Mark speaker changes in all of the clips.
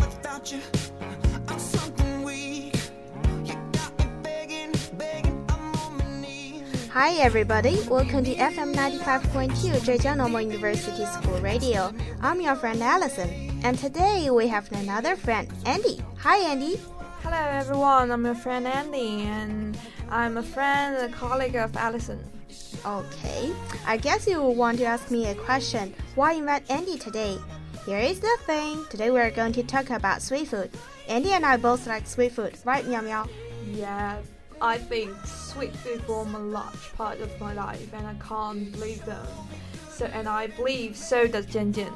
Speaker 1: without you. I'm something weak. You got me begging, begging. I'm on my knees.
Speaker 2: Hi, everybody. Welcome to FM 95.2 Zhejiang Normal University School Radio. I'm your friend Allison, and today we have another friend, Andy. Hi, Andy.
Speaker 3: Hello everyone, I'm your friend Andy, and I'm a friend and a colleague of Allison.
Speaker 2: Okay, I guess you want to ask me a question. Why invite Andy today? Here is the thing. Today we are going to talk about sweet food. Andy and I both like sweet food, right, Miao Miao?
Speaker 3: Yeah, I think sweet food form a large part of my life, and I can't leave them. So, and I believe so does Jian Jian.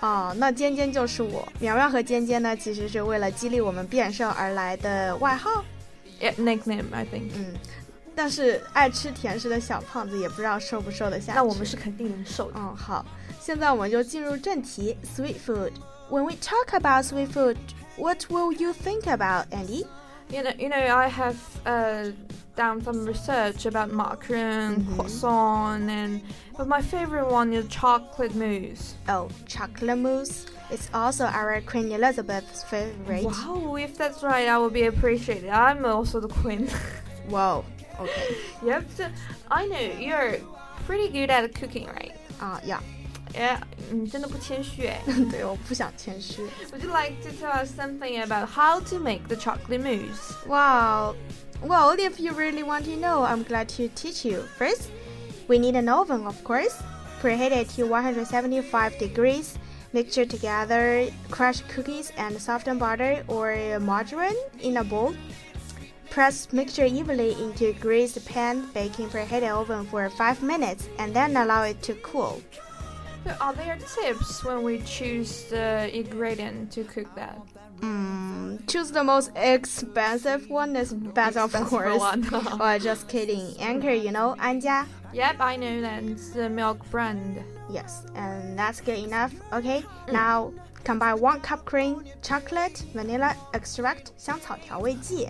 Speaker 2: 哦，Ah, 那尖尖就是我。苗苗和尖尖呢，其实是为了激励我们变瘦而来的外号。
Speaker 3: Yeah, nickname I think.
Speaker 2: 嗯，但是爱吃甜食的小胖子也不知道瘦不瘦得下去。
Speaker 3: 那我们是肯定能瘦的。
Speaker 2: 嗯好，现在我们就进入正题，sweet food。When we talk about sweet food, what will you think about, Andy?
Speaker 3: You know, you know, I have uh, done some research about macaron,
Speaker 2: Mhm.
Speaker 3: croissant, and but my favorite one is chocolate mousse.
Speaker 2: Oh, chocolate mousse. It's also our Queen Elizabeth's favorite.
Speaker 3: Wow, if that's right, I will be appreciated. I'm also the queen.
Speaker 2: Wow. Okay.
Speaker 3: Yep. So I know you're pretty good at cooking, right?
Speaker 2: 啊呀，
Speaker 3: Yeah. 你真的不谦虚哎。
Speaker 2: 对，我不想谦虚。
Speaker 3: Would you like to tell us something about how to make the chocolate mousse?
Speaker 2: Wow. Well, if you really want to know, I'm glad to teach you. First, we need an oven, of course. Preheat it to 175 degrees. Mixture together crushed cookies and softened butter or margarine in a bowl. Press mixture evenly into greased pan, baking preheated oven for 5 minutes, and then allow it to cool.
Speaker 3: So are there tips when we choose the ingredient to cook that?
Speaker 2: Mm, choose the most expensive one is best, of
Speaker 3: Expensive
Speaker 2: course.
Speaker 3: one.
Speaker 2: or just kidding. Anchor, you know, Anja.
Speaker 3: Yep, I know that's the milk brand.
Speaker 2: Yes, and that's good enough. Okay, now combine one cup cream, chocolate, vanilla extract, 香草调味剂,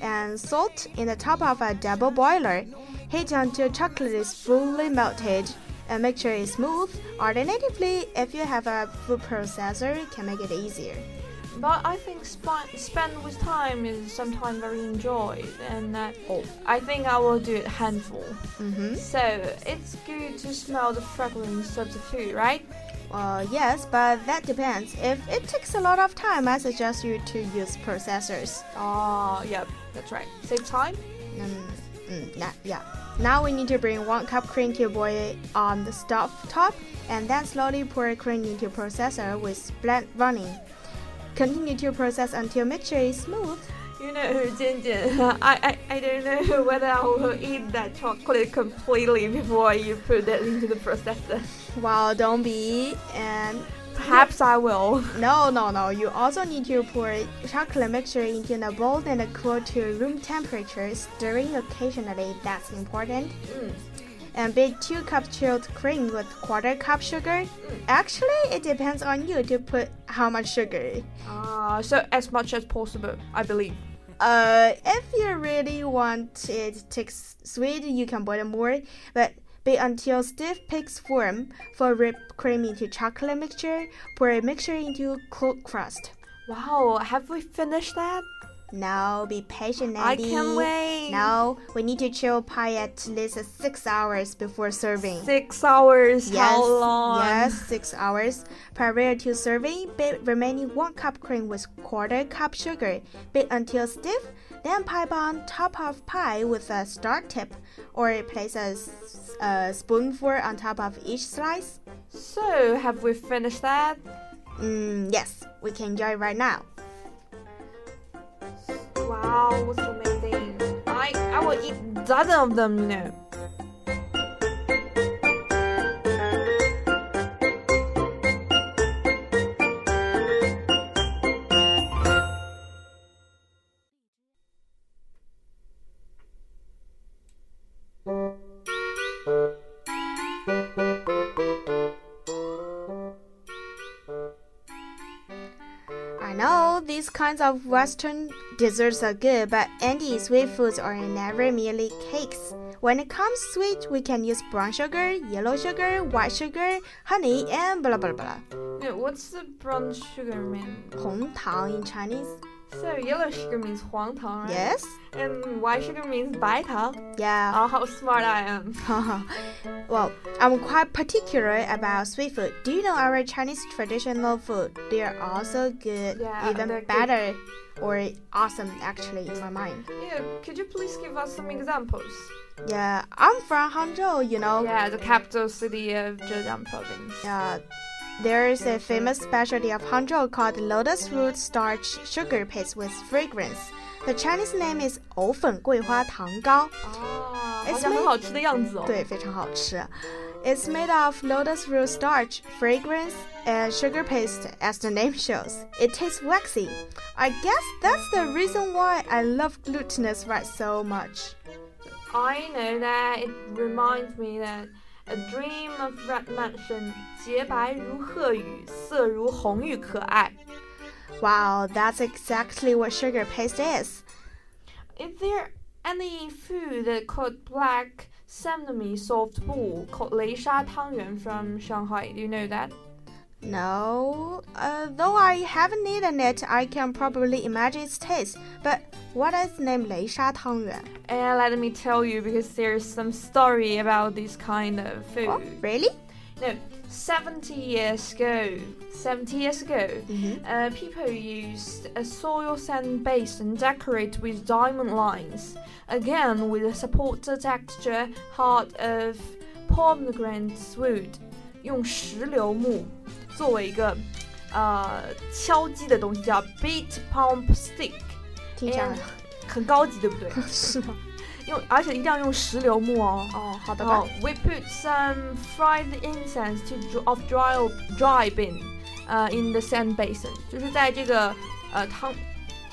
Speaker 2: and salt in the top of a double boiler. Heat until chocolate is fully melted and make sure it's smooth. Alternatively, if you have a food processor, you can make it easier.
Speaker 3: But I think sp- spent with time is sometimes very enjoyed, and uh, I think I will do it handful.
Speaker 2: Mm-hmm.
Speaker 3: So it's good to smell the fragrance of the food, right?
Speaker 2: Uh, yes, but that depends. If it takes a lot of time, I suggest you to use processors.
Speaker 3: Oh, yep, that's right. Save time.
Speaker 2: Mm, mm, nah, yeah. Now we need to bring one cup cream to boil on the stove top, and then slowly pour cream into processor with blend running. Continue to process until mixture is smooth.
Speaker 3: You know, Jinjin, I, I, I don't know whether I will eat that chocolate completely before you put that into the processor.
Speaker 2: Wow, don't be. And
Speaker 3: Perhaps I will.
Speaker 2: no, no, no. You also need to pour chocolate mixture into the bowl and cool to room temperature, stirring occasionally. That's important.
Speaker 3: Hmm.
Speaker 2: and bake two cup chilled cream with quarter cup sugar.
Speaker 3: Mm.
Speaker 2: Actually, it depends on you to put how much sugar.
Speaker 3: Ah, so as much as possible, I believe.
Speaker 2: Uh, if you really want it to taste sweet, you can boil more, but bake until stiff peaks form. For whip cream into chocolate mixture, pour a mixture into cold crust.
Speaker 3: Wow, have we finished that?
Speaker 2: Now be patient,
Speaker 3: I
Speaker 2: Andy.
Speaker 3: can't wait.
Speaker 2: Now we need to chill pie at least six hours before serving.
Speaker 3: Six hours.
Speaker 2: Yes,
Speaker 3: How long?
Speaker 2: Yes, six hours. Prior to serving, beat remaining one cup cream with quarter cup sugar. Beat until stiff, then pipe on top of pie with a star tip, or place a, s- a spoonful on top of each slice.
Speaker 3: So have we finished that?
Speaker 2: Mm, yes, we can enjoy right now.
Speaker 3: Wow, what's amazing? I I will eat dozen of them. You know.
Speaker 2: I know these kinds of Western desserts are good, but Andy, sweet foods are never merely cakes. When it comes sweet, we can use brown sugar, yellow sugar, white sugar, honey, and blah blah blah.
Speaker 3: No, Yeah, what's the brown sugar mean?
Speaker 2: 红糖 in Chinese.
Speaker 3: So yellow sugar means 黄糖, right?
Speaker 2: Yes.
Speaker 3: And white sugar means 白糖.
Speaker 2: Yeah.
Speaker 3: Oh, how smart I am.
Speaker 2: well, I'm quite particular about sweet food. Do you know our Chinese traditional food? They are also good,
Speaker 3: Yeah,
Speaker 2: even
Speaker 3: they're good.
Speaker 2: better, or awesome actually in my mind.
Speaker 3: Yeah, could you please give us some examples?
Speaker 2: Yeah, I'm from Hangzhou, you know.
Speaker 3: Yeah, the capital city of Zhejiang province.
Speaker 2: Uh, there is a famous specialty of Hangzhou called lotus root starch sugar paste with fragrance. The Chinese name is 藕粉桂花糖糕.
Speaker 3: 啊，
Speaker 2: It's
Speaker 3: Ah, 好像
Speaker 2: made-
Speaker 3: 很好吃的样子哦。
Speaker 2: 对，非常好吃. It's made of lotus root starch, fragrance, and sugar paste, as the name shows. It tastes waxy. I guess that's the reason why I love glutinous rice so much.
Speaker 3: I know that it reminds me that a dream of red mansion，洁白如鹤羽，色如红玉，可爱。
Speaker 2: Wow, that's exactly what sugar paste is.
Speaker 3: Is there any food called black sesame soft ball called 雷沙汤圆 from Shanghai? Do you know that?
Speaker 2: No, uh, though I haven't eaten it, I can probably imagine its taste. But what is named 雷沙汤圆?
Speaker 3: And let me tell you because there's some story about this kind of food.
Speaker 2: Oh, really?
Speaker 3: No, 70 years ago, 70 years ago,
Speaker 2: Mhm.
Speaker 3: uh, people used a soil sand base and decorate with diamond lines. Again, with a supporter texture heart of pomegranate wood. 用石榴木作为一个呃敲击的东西叫 beat pump stick，很高级，对不对？ 用而且一定要用石榴木哦。
Speaker 2: 听起来是吗？哦，好的吧。
Speaker 3: Oh, we put some fried incense to dr- of dry dry bin, uh, in the sand basin，就是在这个呃汤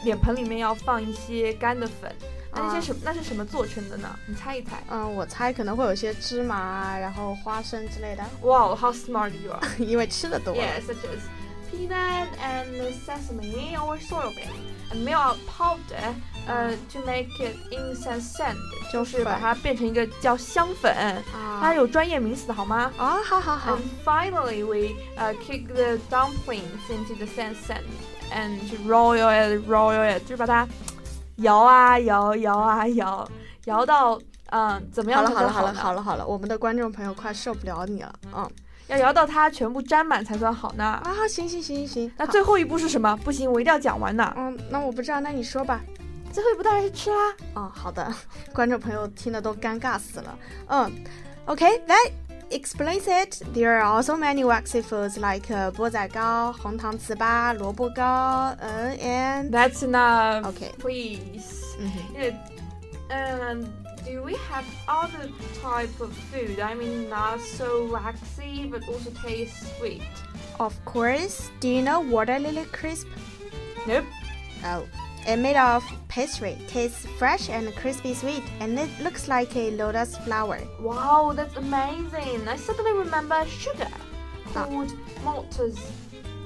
Speaker 3: 脸盆里面要放一些干的粉。那那些
Speaker 2: 啊
Speaker 3: 什么那是什么做成的呢？你猜一猜。
Speaker 2: 嗯，我猜可能会有一些芝麻啊，然后花生之类的，
Speaker 3: Wow, how smart you are!
Speaker 2: 因为吃的多了。
Speaker 3: Yeah, such as peanut and sesame or soybean, and milk out powder, uh, to make it incense sand，
Speaker 2: 就
Speaker 3: 就是把
Speaker 2: 粉
Speaker 3: 它变成一个叫香粉，它
Speaker 2: 啊
Speaker 3: 有嗯专业名词的好吗？
Speaker 2: 啊，好好好
Speaker 3: And，finally, we uh, kick the dumplings into the sand, sand and roll it, roll it，就是把它摇啊摇，摇啊摇，摇到嗯怎么
Speaker 2: 好
Speaker 3: 样
Speaker 2: 了
Speaker 3: ah, 才
Speaker 2: 好了好了
Speaker 3: 算呢
Speaker 2: 好了好了，我们的观众朋友快受不了你了，嗯
Speaker 3: 要摇到它全部沾满才算好呢。
Speaker 2: 啊，行行行行行，
Speaker 3: 那
Speaker 2: 好
Speaker 3: 最后一步是什么？不行，我一定要讲完呢。
Speaker 2: 嗯，那我不知道，那你说吧。
Speaker 3: 最后一步当然是吃啦。
Speaker 2: 哦，好的，观众朋友听得都尴尬死了。嗯，OK, that explains it. There are also many waxy foods like uh, 钵仔糕、红糖糍粑、萝卜糕，嗯，and
Speaker 3: That's enough.
Speaker 2: OK，
Speaker 3: Please.
Speaker 2: 嗯哼
Speaker 3: Yeah. And do we have other type of food? I mean, not so waxy, but also tastes sweet.
Speaker 2: of course. Do you know water lily crisp?
Speaker 3: Nope.
Speaker 2: Oh, and made of pastry. Tastes fresh and crispy sweet, and it looks like a lotus flower.
Speaker 3: Wow, that's amazing! I suddenly remember sugar
Speaker 2: Ah.
Speaker 3: called maltose,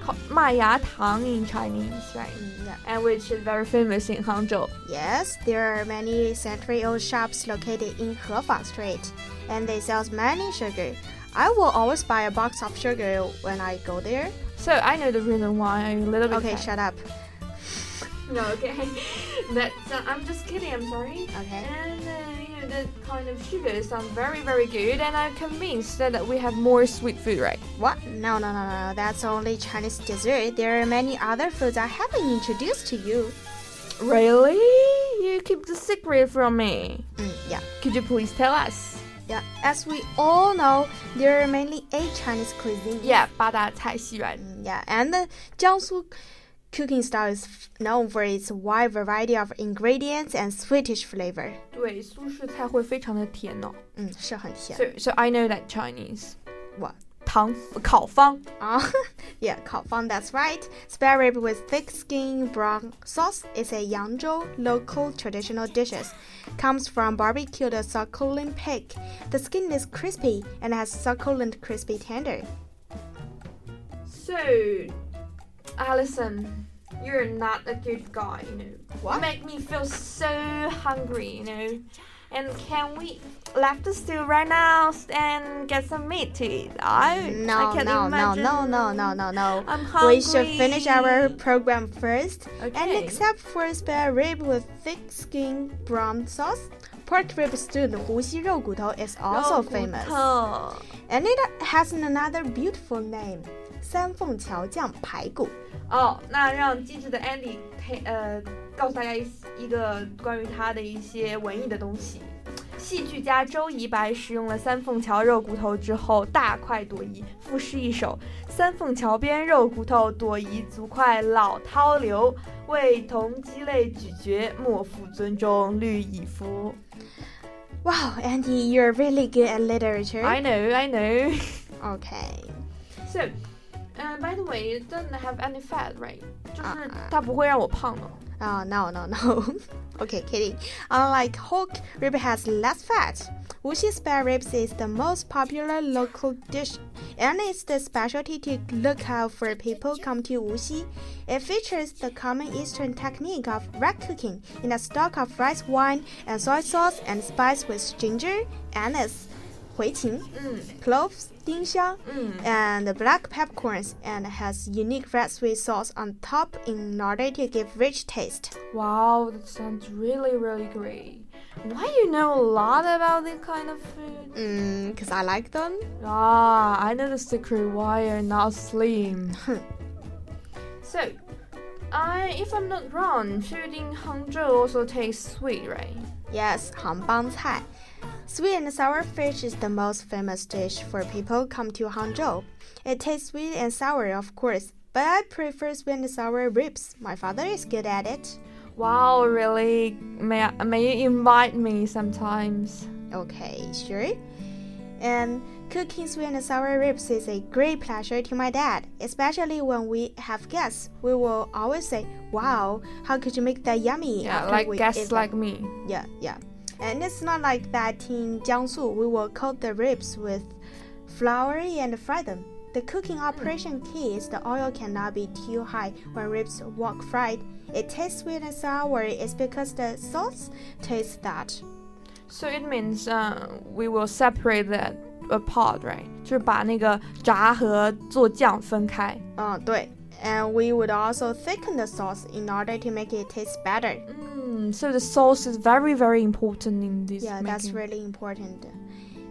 Speaker 3: called 麦芽糖 in Chinese, right?
Speaker 2: Mm, yeah.
Speaker 3: And which is very famous in Hangzhou.
Speaker 2: Yes, there are many century-old shops located in Hefang Street, and they sell many sugar. I will always buy a box of sugar when I go there.
Speaker 3: So I know the reason why I'm a little bit.
Speaker 2: Okay,
Speaker 3: tired.
Speaker 2: shut up.
Speaker 3: No, okay. that's. Uh, I'm just kidding. I'm sorry.
Speaker 2: Okay.
Speaker 3: And uh, you know that kind of sugar sounds very, very good, and I'm convinced that, that we have more sweet food, right?
Speaker 2: What? No, no, no, no. That's only Chinese dessert. There are many other foods I haven't introduced to you.
Speaker 3: Really? You keep the secret from me.
Speaker 2: Mm, yeah.
Speaker 3: Could you please tell us?
Speaker 2: Yeah, as we all know, there are mainly eight Chinese cuisines.
Speaker 3: Yeah, 八大菜系，right?
Speaker 2: Mm, Yeah, and the Jiangsu cooking style is f- known for its wide variety of ingredients and sweetish flavor.
Speaker 3: 对，苏式菜会非常的甜哦。
Speaker 2: 嗯，是很甜
Speaker 3: So so I know that Chinese.
Speaker 2: What?
Speaker 3: 糖烤方。
Speaker 2: 啊。yeah, 烤方 that's right. Spare rib with thick skin brown sauce is a Yangzhou local traditional dishes. Comes from barbecued succulent pig. The skin is crispy and has succulent crispy tender.
Speaker 3: So, Alison, you're not a good guy, you know.
Speaker 2: What?
Speaker 3: You make me feel so hungry, you know. And can we left the stew right now and get some meat to eat? I
Speaker 2: No,
Speaker 3: I can
Speaker 2: no, no,
Speaker 3: imagine.
Speaker 2: no, no, no, no, no.
Speaker 3: I'm
Speaker 2: We should finish our
Speaker 3: hungry.
Speaker 2: program first. And
Speaker 3: Okay.
Speaker 2: except for spare rib with thick skin brown sauce, pork rib stewed 胡须肉骨头 is also
Speaker 3: 肉骨
Speaker 2: famous.
Speaker 3: 头
Speaker 2: And it has another beautiful name, 三凤桥酱排骨.
Speaker 3: 哦，那让机智的 Andy 配呃告诉大家一一个关于他的一些文艺的东西。戏剧家周怡白使用了三凤桥肉骨头之后，大快朵颐，赋诗一首：“三凤桥边肉骨头，朵颐足快老涛流。为同鸡肋咀嚼，莫负尊中绿蚁夫。
Speaker 2: Wow, Andy, you're really good at literature.
Speaker 3: I know, I know.
Speaker 2: Okay.
Speaker 3: So, uh, by the way, it doesn't have any fat, right? 就是
Speaker 2: 啊
Speaker 3: 它不会让我胖的。哦
Speaker 2: Oh, no, no, no. okay, kidding. Unlike Hulk, rib has less fat. Wuxi spare ribs is the most popular local dish and it's the specialty to look out for people come to Wuxi. It features the common Eastern technique of red cooking in a stock of rice wine and soy sauce and spiced with ginger, anise, 回琴,
Speaker 3: 嗯
Speaker 2: cloves, 丁香,
Speaker 3: 嗯。
Speaker 2: and the black peppercorns and has unique red sweet sauce on top in order to give rich taste.
Speaker 3: Wow, that sounds really, really great. Why you know a lot about this kind of food?
Speaker 2: Mm, cause I like them.
Speaker 3: Ah, I know the secret why you're not slim. so, I, if I'm not wrong, food in Hangzhou also tastes sweet, right?
Speaker 2: Yes, hanbang cai. Sweet and sour fish is the most famous dish for people come to Hangzhou. It tastes sweet and sour, of course, but I prefer sweet and sour ribs. My father is good at it.
Speaker 3: Wow, really? May I, may you invite me sometimes?
Speaker 2: Okay, sure. And cooking sweet and sour ribs is a great pleasure to my dad, especially when we have guests. We will always say, "Wow, how could you make that yummy?"
Speaker 3: Yeah,
Speaker 2: after
Speaker 3: like
Speaker 2: we eat
Speaker 3: guests
Speaker 2: them."
Speaker 3: like me.
Speaker 2: yeah, yeah. And it's not like that in Jiangsu. We will coat the ribs with flour and fry them. The cooking
Speaker 3: Hmm.
Speaker 2: operation key is the oil cannot be too high when ribs walk fried. It tastes sweet and sour is because the sauce tastes that.
Speaker 3: So it means uh, we will separate that apart, right? 就是把那个炸和做酱分开。
Speaker 2: 嗯，Uh, 对。And we would also thicken the sauce in order to make it taste better.
Speaker 3: Mm, so the sauce is very very important in this.
Speaker 2: Yeah, that's
Speaker 3: making.
Speaker 2: really important.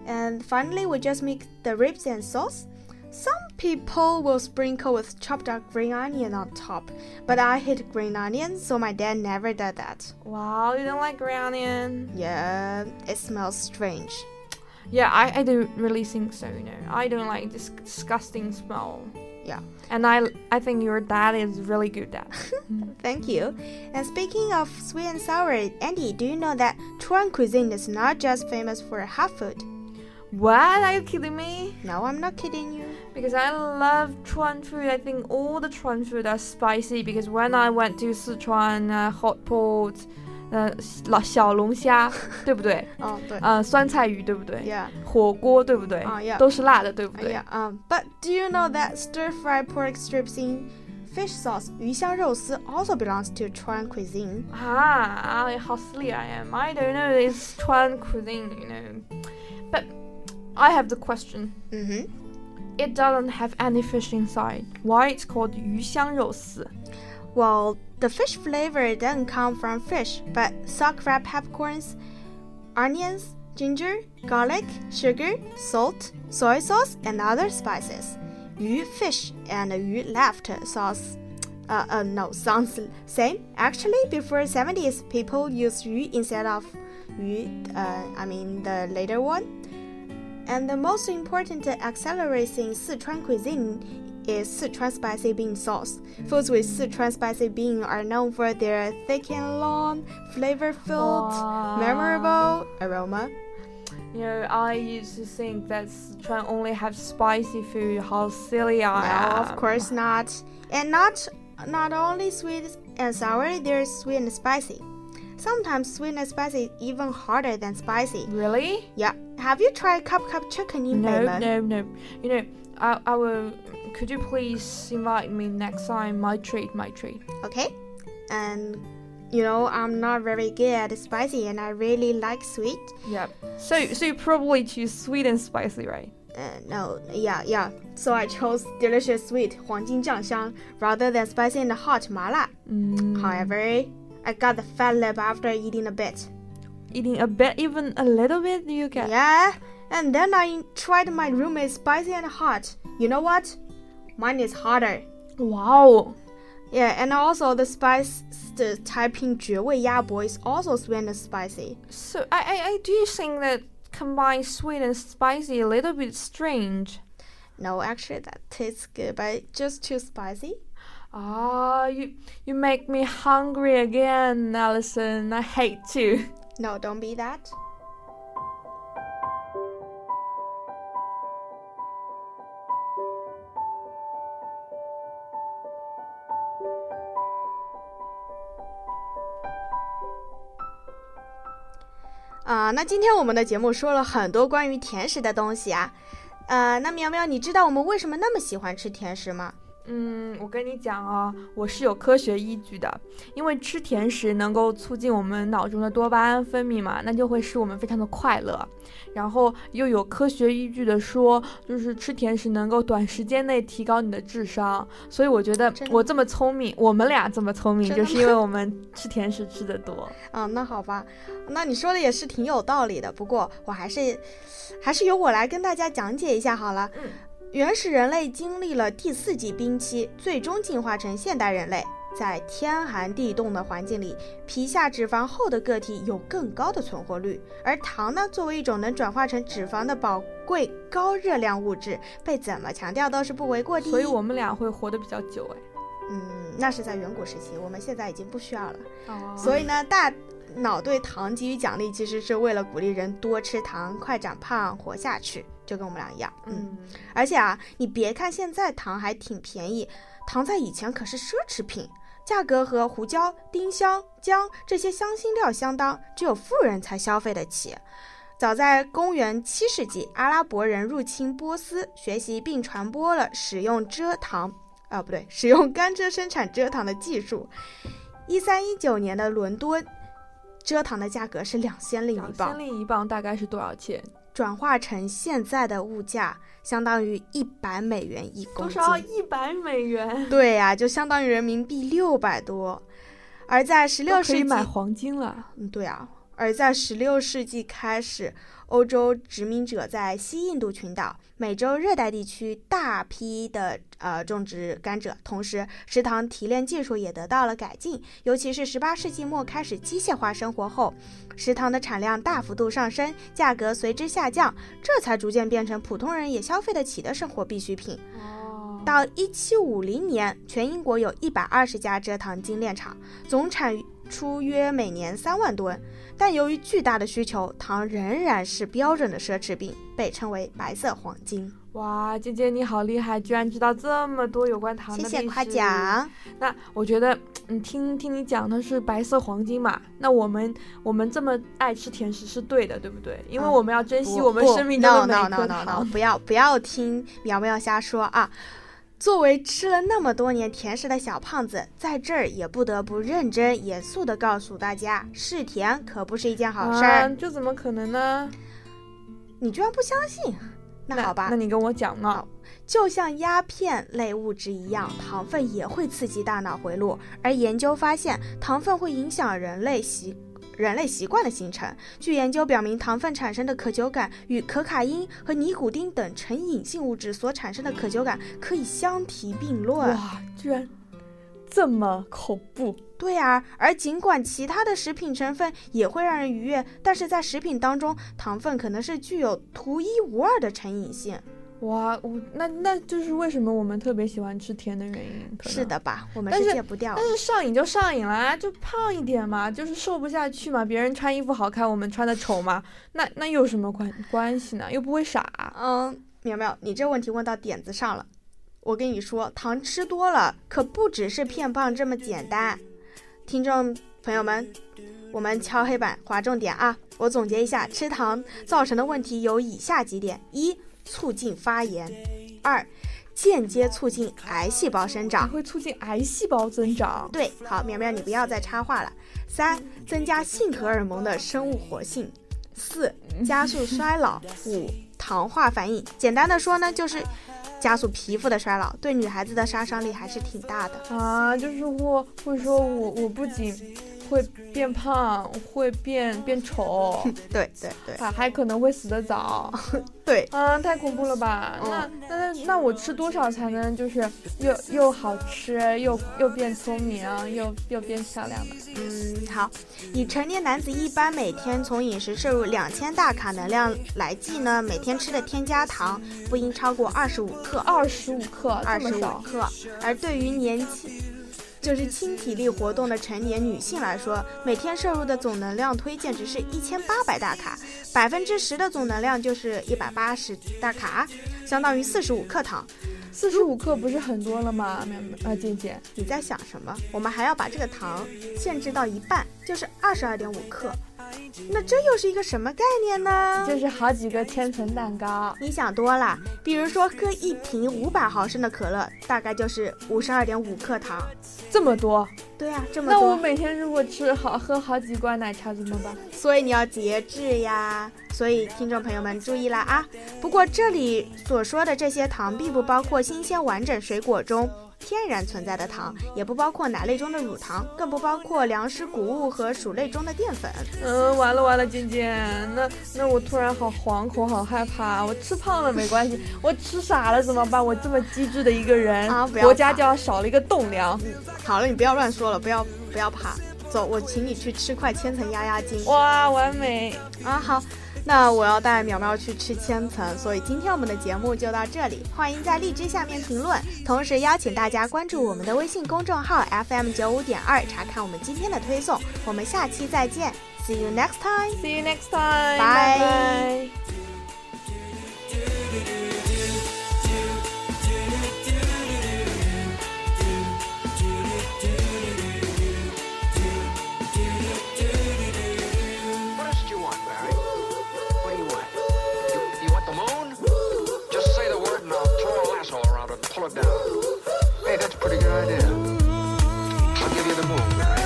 Speaker 2: And finally, we just mix the ribs and sauce. Some people will sprinkle with chopped up green onion on top, but I hate green onion, so my dad never did that.
Speaker 3: Wow, you don't like green onion?
Speaker 2: Yeah, it smells strange.
Speaker 3: Yeah, I, I don't really think so. You know, I don't like this disgusting smell.
Speaker 2: Yeah.
Speaker 3: And I I think your dad is really good at. Mm.
Speaker 2: Thank you. And speaking of sweet and sour, Andy, do you know that Chuan cuisine is not just famous for hot food?
Speaker 3: what? Are you kidding me?
Speaker 2: No, I'm not kidding you.
Speaker 3: Because I love Chuan food. I think all the Chuan food are spicy. Because when I went to Sichuan, uh, hot pot, uh, 小龙虾，对不对？
Speaker 2: Oh, but
Speaker 3: 呃，酸菜鱼，对不对
Speaker 2: yeah.
Speaker 3: 火锅，对不对
Speaker 2: 啊，yeah。
Speaker 3: 都是辣的，对不对
Speaker 2: Uh, yeah, um, but do you know that stir-fried pork strips in fish sauce 鱼香肉丝 also belongs to Chuan cuisine?
Speaker 3: Ah, I- how silly I am. I don't know this Chuan cuisine, you know. But I have the question.
Speaker 2: Mm-hmm.
Speaker 3: It doesn't have any fish inside. Why it's called 鱼香肉丝?
Speaker 2: Well, the fish flavor doesn't come from fish, but sock red peppercorns, onions, ginger, garlic, sugar, salt, soy sauce, and other spices. 鱼 fish and 鱼 left sauce. Uh, uh, no, sounds same. Actually, before 70s, people used 鱼 instead of 鱼. Uh, I mean the later one. And the most important accelerants in Sichuan cuisine is Sichuan spicy bean sauce. Foods with Sichuan spicy bean are known for their thick and long, flavor-filled, memorable aroma.
Speaker 3: Ah. You know, I used to think that Sichuan only have spicy food. How silly I
Speaker 2: No,
Speaker 3: am.
Speaker 2: of course not. And not not only sweet and sour, there's sweet and spicy. Sometimes sweet and spicy is even harder than spicy.
Speaker 3: Really?
Speaker 2: Yeah. Have you tried cup cup chicken in
Speaker 3: No,
Speaker 2: Beilun?
Speaker 3: no, no. You know, I, I will. Could you please invite me next time? My treat, my treat.
Speaker 2: Okay. And you know, I'm not very good at spicy and I really like sweet.
Speaker 3: Yep. So so you probably choose sweet and spicy, right?
Speaker 2: Uh, no, yeah, yeah. So I chose delicious sweet 黄金酱香 rather than spicy and hot 麻辣. However, I got the fat lip after eating a bit.
Speaker 3: Eating a bit, even a little bit, you get.
Speaker 2: Yeah, and then I tried my roommate's spicy and hot. You know what? Mine is hotter.
Speaker 3: Wow.
Speaker 2: Yeah, and also the spice the typing 绝味鸭脖 is also sweet and spicy.
Speaker 3: So I, I I do think that combine sweet and spicy a little bit strange.
Speaker 2: No, actually that tastes good, but just too spicy.
Speaker 3: Ah, you you make me hungry again, Allison. I hate you.
Speaker 2: No, don't be that. Uh, 那今天我们的节目说了很多关于甜食的东西啊，呃，那苗苗，你知道我们为什么那么喜欢吃甜食吗？
Speaker 3: 嗯，我跟你讲啊，我是有科学依据的，因为吃甜食能够促进我们脑中的多巴胺分泌嘛，那就会使我们非常的快乐。然后又有科学依据的说，就是吃甜食能够短时间内提高你的智商。所以我觉得
Speaker 2: 真的吗
Speaker 3: 我这么聪明，我们俩这么聪明，
Speaker 2: 真的
Speaker 3: 就
Speaker 2: 吗
Speaker 3: 是因为我们吃甜食吃的 多。
Speaker 2: 啊，那好吧，那你说的也是挺有道理的。不过我还是，还是由我来跟大家讲解一下好了。
Speaker 3: 嗯，
Speaker 2: 原始人类经历了第四纪冰期，最终进化成现代人类。在天寒地冻的环境里，皮下脂肪厚的个体有更高的存活率，而糖呢，作为一种能转化成脂肪的宝贵高热量物质，被怎么强调都是不为过的。
Speaker 3: 所以我们俩会活得比较久哎。
Speaker 2: 嗯，那是在远古时期，我们现在已经不需要了。
Speaker 3: 哦
Speaker 2: 所以呢，大脑对糖给予奖励，其实是为了鼓励人多吃糖，快长胖，活下去，就跟我们俩一样。嗯，
Speaker 3: 嗯，
Speaker 2: 而且啊，你别看现在糖还挺便宜，糖在以前可是奢侈品，价格和胡椒、丁香、姜这些香辛料相当，只有富人才消费得起。早在公元七世纪，阿拉伯人入侵波斯，学习并传播了使用蔗糖啊，不对，使用甘蔗生产蔗糖的技术。一三一九年的伦敦，蔗糖的价格是两先令
Speaker 3: 两
Speaker 2: 一磅
Speaker 3: 千，令一磅大概是多少钱？
Speaker 2: 转化成现在的物价，相当于一百美元一公
Speaker 3: 多
Speaker 2: 斤。
Speaker 3: 少？一百美元。
Speaker 2: 对呀、就相当于人民币六百多。而在十
Speaker 3: 都
Speaker 2: 六
Speaker 3: 可
Speaker 2: 世
Speaker 3: 以
Speaker 2: 纪，
Speaker 3: 买黄金了。
Speaker 2: 嗯，对啊。而在十六世纪开始，欧洲殖民者在西印度群岛、美洲热带地区大批的呃种植甘蔗，同时食糖提炼技术也得到了改进。尤其是十八世纪末开始机械化生活后，食糖的产量大幅度上升，价格随之下降，这才逐渐变成普通人也消费得起的生活必需品。
Speaker 3: 哦
Speaker 2: 到一七五零年，全英国有一百二十家蔗糖精炼厂，总产出约每年三万吨。但由于巨大的需求，糖仍然是标准的奢侈品，被称为白色黄金。
Speaker 3: 哇，姐姐你好厉害，居然知道这么多有关糖的
Speaker 2: 谢
Speaker 3: 历史
Speaker 2: 谢夸。奖。
Speaker 3: 那我觉得，嗯，听听你讲的是白色黄金嘛，那我们我们这么爱吃甜食是对的，对不对？因为
Speaker 2: 嗯
Speaker 3: 我们要珍惜我们
Speaker 2: 不
Speaker 3: 生命中
Speaker 2: no
Speaker 3: 的每
Speaker 2: no
Speaker 3: 一
Speaker 2: no
Speaker 3: 颗
Speaker 2: no no，
Speaker 3: 糖。
Speaker 2: 不要不要听苗苗瞎说啊！作为吃了那么多年甜食的小胖子，在这儿也不得不认真严肃地告诉大家，嗜甜可不是一件好事儿。
Speaker 3: 啊，这怎么可能呢？
Speaker 2: 你居然不相信？那好吧，
Speaker 3: 那你跟我讲嘛。
Speaker 2: 就像鸦片类物质一样，糖分也会刺激大脑回路。而研究发现，糖分会影响人类习人类习惯的形成。据研究表明，糖分产生的渴求感与可卡因和尼古丁等成瘾性物质所产生的渴求感可以相提并论。
Speaker 3: 哇，居然这么恐怖！
Speaker 2: 对啊，而尽管其他的食品成分也会让人愉悦，但是在食品当中，糖分可能是具有独一无二的成瘾性。
Speaker 3: 哇，我那那就是为什么我们特别喜欢吃甜的原因。可能
Speaker 2: 是的吧？我们
Speaker 3: 但
Speaker 2: 是
Speaker 3: 是
Speaker 2: 戒不掉的
Speaker 3: 但。是上瘾就上瘾啦，就胖一点嘛，就是瘦不下去嘛。别人穿衣服好看，我们穿的丑嘛，那那有什么关关系呢？又不会傻。
Speaker 2: 嗯，苗苗，你这问题问到点子上了。我跟你说，糖吃多了可不只是骗胖这么简单。听众朋友们，我们敲黑板划重点啊！我总结一下，吃糖造成的问题有以下几点：一、促进发炎；二、间接促进癌细胞生长
Speaker 3: 还。会促进癌细胞增长。
Speaker 2: 对，好，苗苗，你不要再插话了。三、增加性荷尔蒙的生物活性。四、加速衰老。五、糖化反应。简单的说呢，就是加速皮肤的衰老，对女孩子的杀伤力还是挺大的。
Speaker 3: 啊，就是我会说我我不仅会变胖，会变变丑，
Speaker 2: 对对对
Speaker 3: 还还可能会死得早。
Speaker 2: 对，
Speaker 3: 啊，太恐怖了吧？那那那那我吃多少才能就是又又好吃又又变聪明又又变漂亮呢？
Speaker 2: 嗯，好。以成年男子一般每天从饮食摄入两千大卡能量来计呢，每天吃的添加糖不应超过二十五克。
Speaker 3: 二十五克，
Speaker 2: 二
Speaker 3: 这
Speaker 2: 十
Speaker 3: 么
Speaker 2: 五
Speaker 3: 少？
Speaker 2: 克。而对于年轻，就是轻体力活动的成年女性来说，每天摄入的总能量推荐值是一千八百大卡，百分之十的总能量就是一百八十大卡，相当于四十五克糖。
Speaker 3: 四十五克不是很多了吗？喵喵啊，姐姐，
Speaker 2: 你在想什么？我们还要把这个糖限制到一半，就是二十二点五克。那这又是一个什么概念呢？
Speaker 3: 这是好几个千层蛋糕。
Speaker 2: 你想多了，比如说喝一瓶五百毫升的可乐，大概就是五十二点五克糖。
Speaker 3: 这么多，
Speaker 2: 对啊，这么
Speaker 3: 那
Speaker 2: 多。
Speaker 3: 我每天如果吃好喝好几罐奶茶怎么办？
Speaker 2: 所以你要节制呀。所以听众朋友们注意啦啊！不过这里所说的这些糖，并不包括新鲜完整水果中天然存在的糖，也不包括奶类中的乳糖，更不包括粮食、谷物和薯类中的淀粉。
Speaker 3: 嗯，完了完了，姐姐，那那我突然好惶恐，好害怕。我吃胖了没关系，我吃傻了怎么办？我这么机智的一个人，
Speaker 2: 啊不要
Speaker 3: 国家
Speaker 2: 怕
Speaker 3: 就要少了一个栋梁。
Speaker 2: 嗯，好了，你不要乱说了，不要不要怕。走，我请你去吃块千层压压惊
Speaker 3: 哇，完美！
Speaker 2: 啊！好，那我要带苗苗去吃千层，所以今天我们的节目就到这里。欢迎在荔枝下面评论，同时邀请大家关注我们的微信公众号 FM 九五点二，查看我们今天的推送。我们下期再见，See you next time。
Speaker 3: See you next time.
Speaker 2: Bye.
Speaker 3: Bye.
Speaker 4: What else do you want, Barry? What do you want? You, you want the moon? Just say the word and I'll throw a lasso around it and pull it down. Hey, that's a pretty good idea. I'll give you the moon, Barry.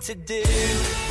Speaker 1: to do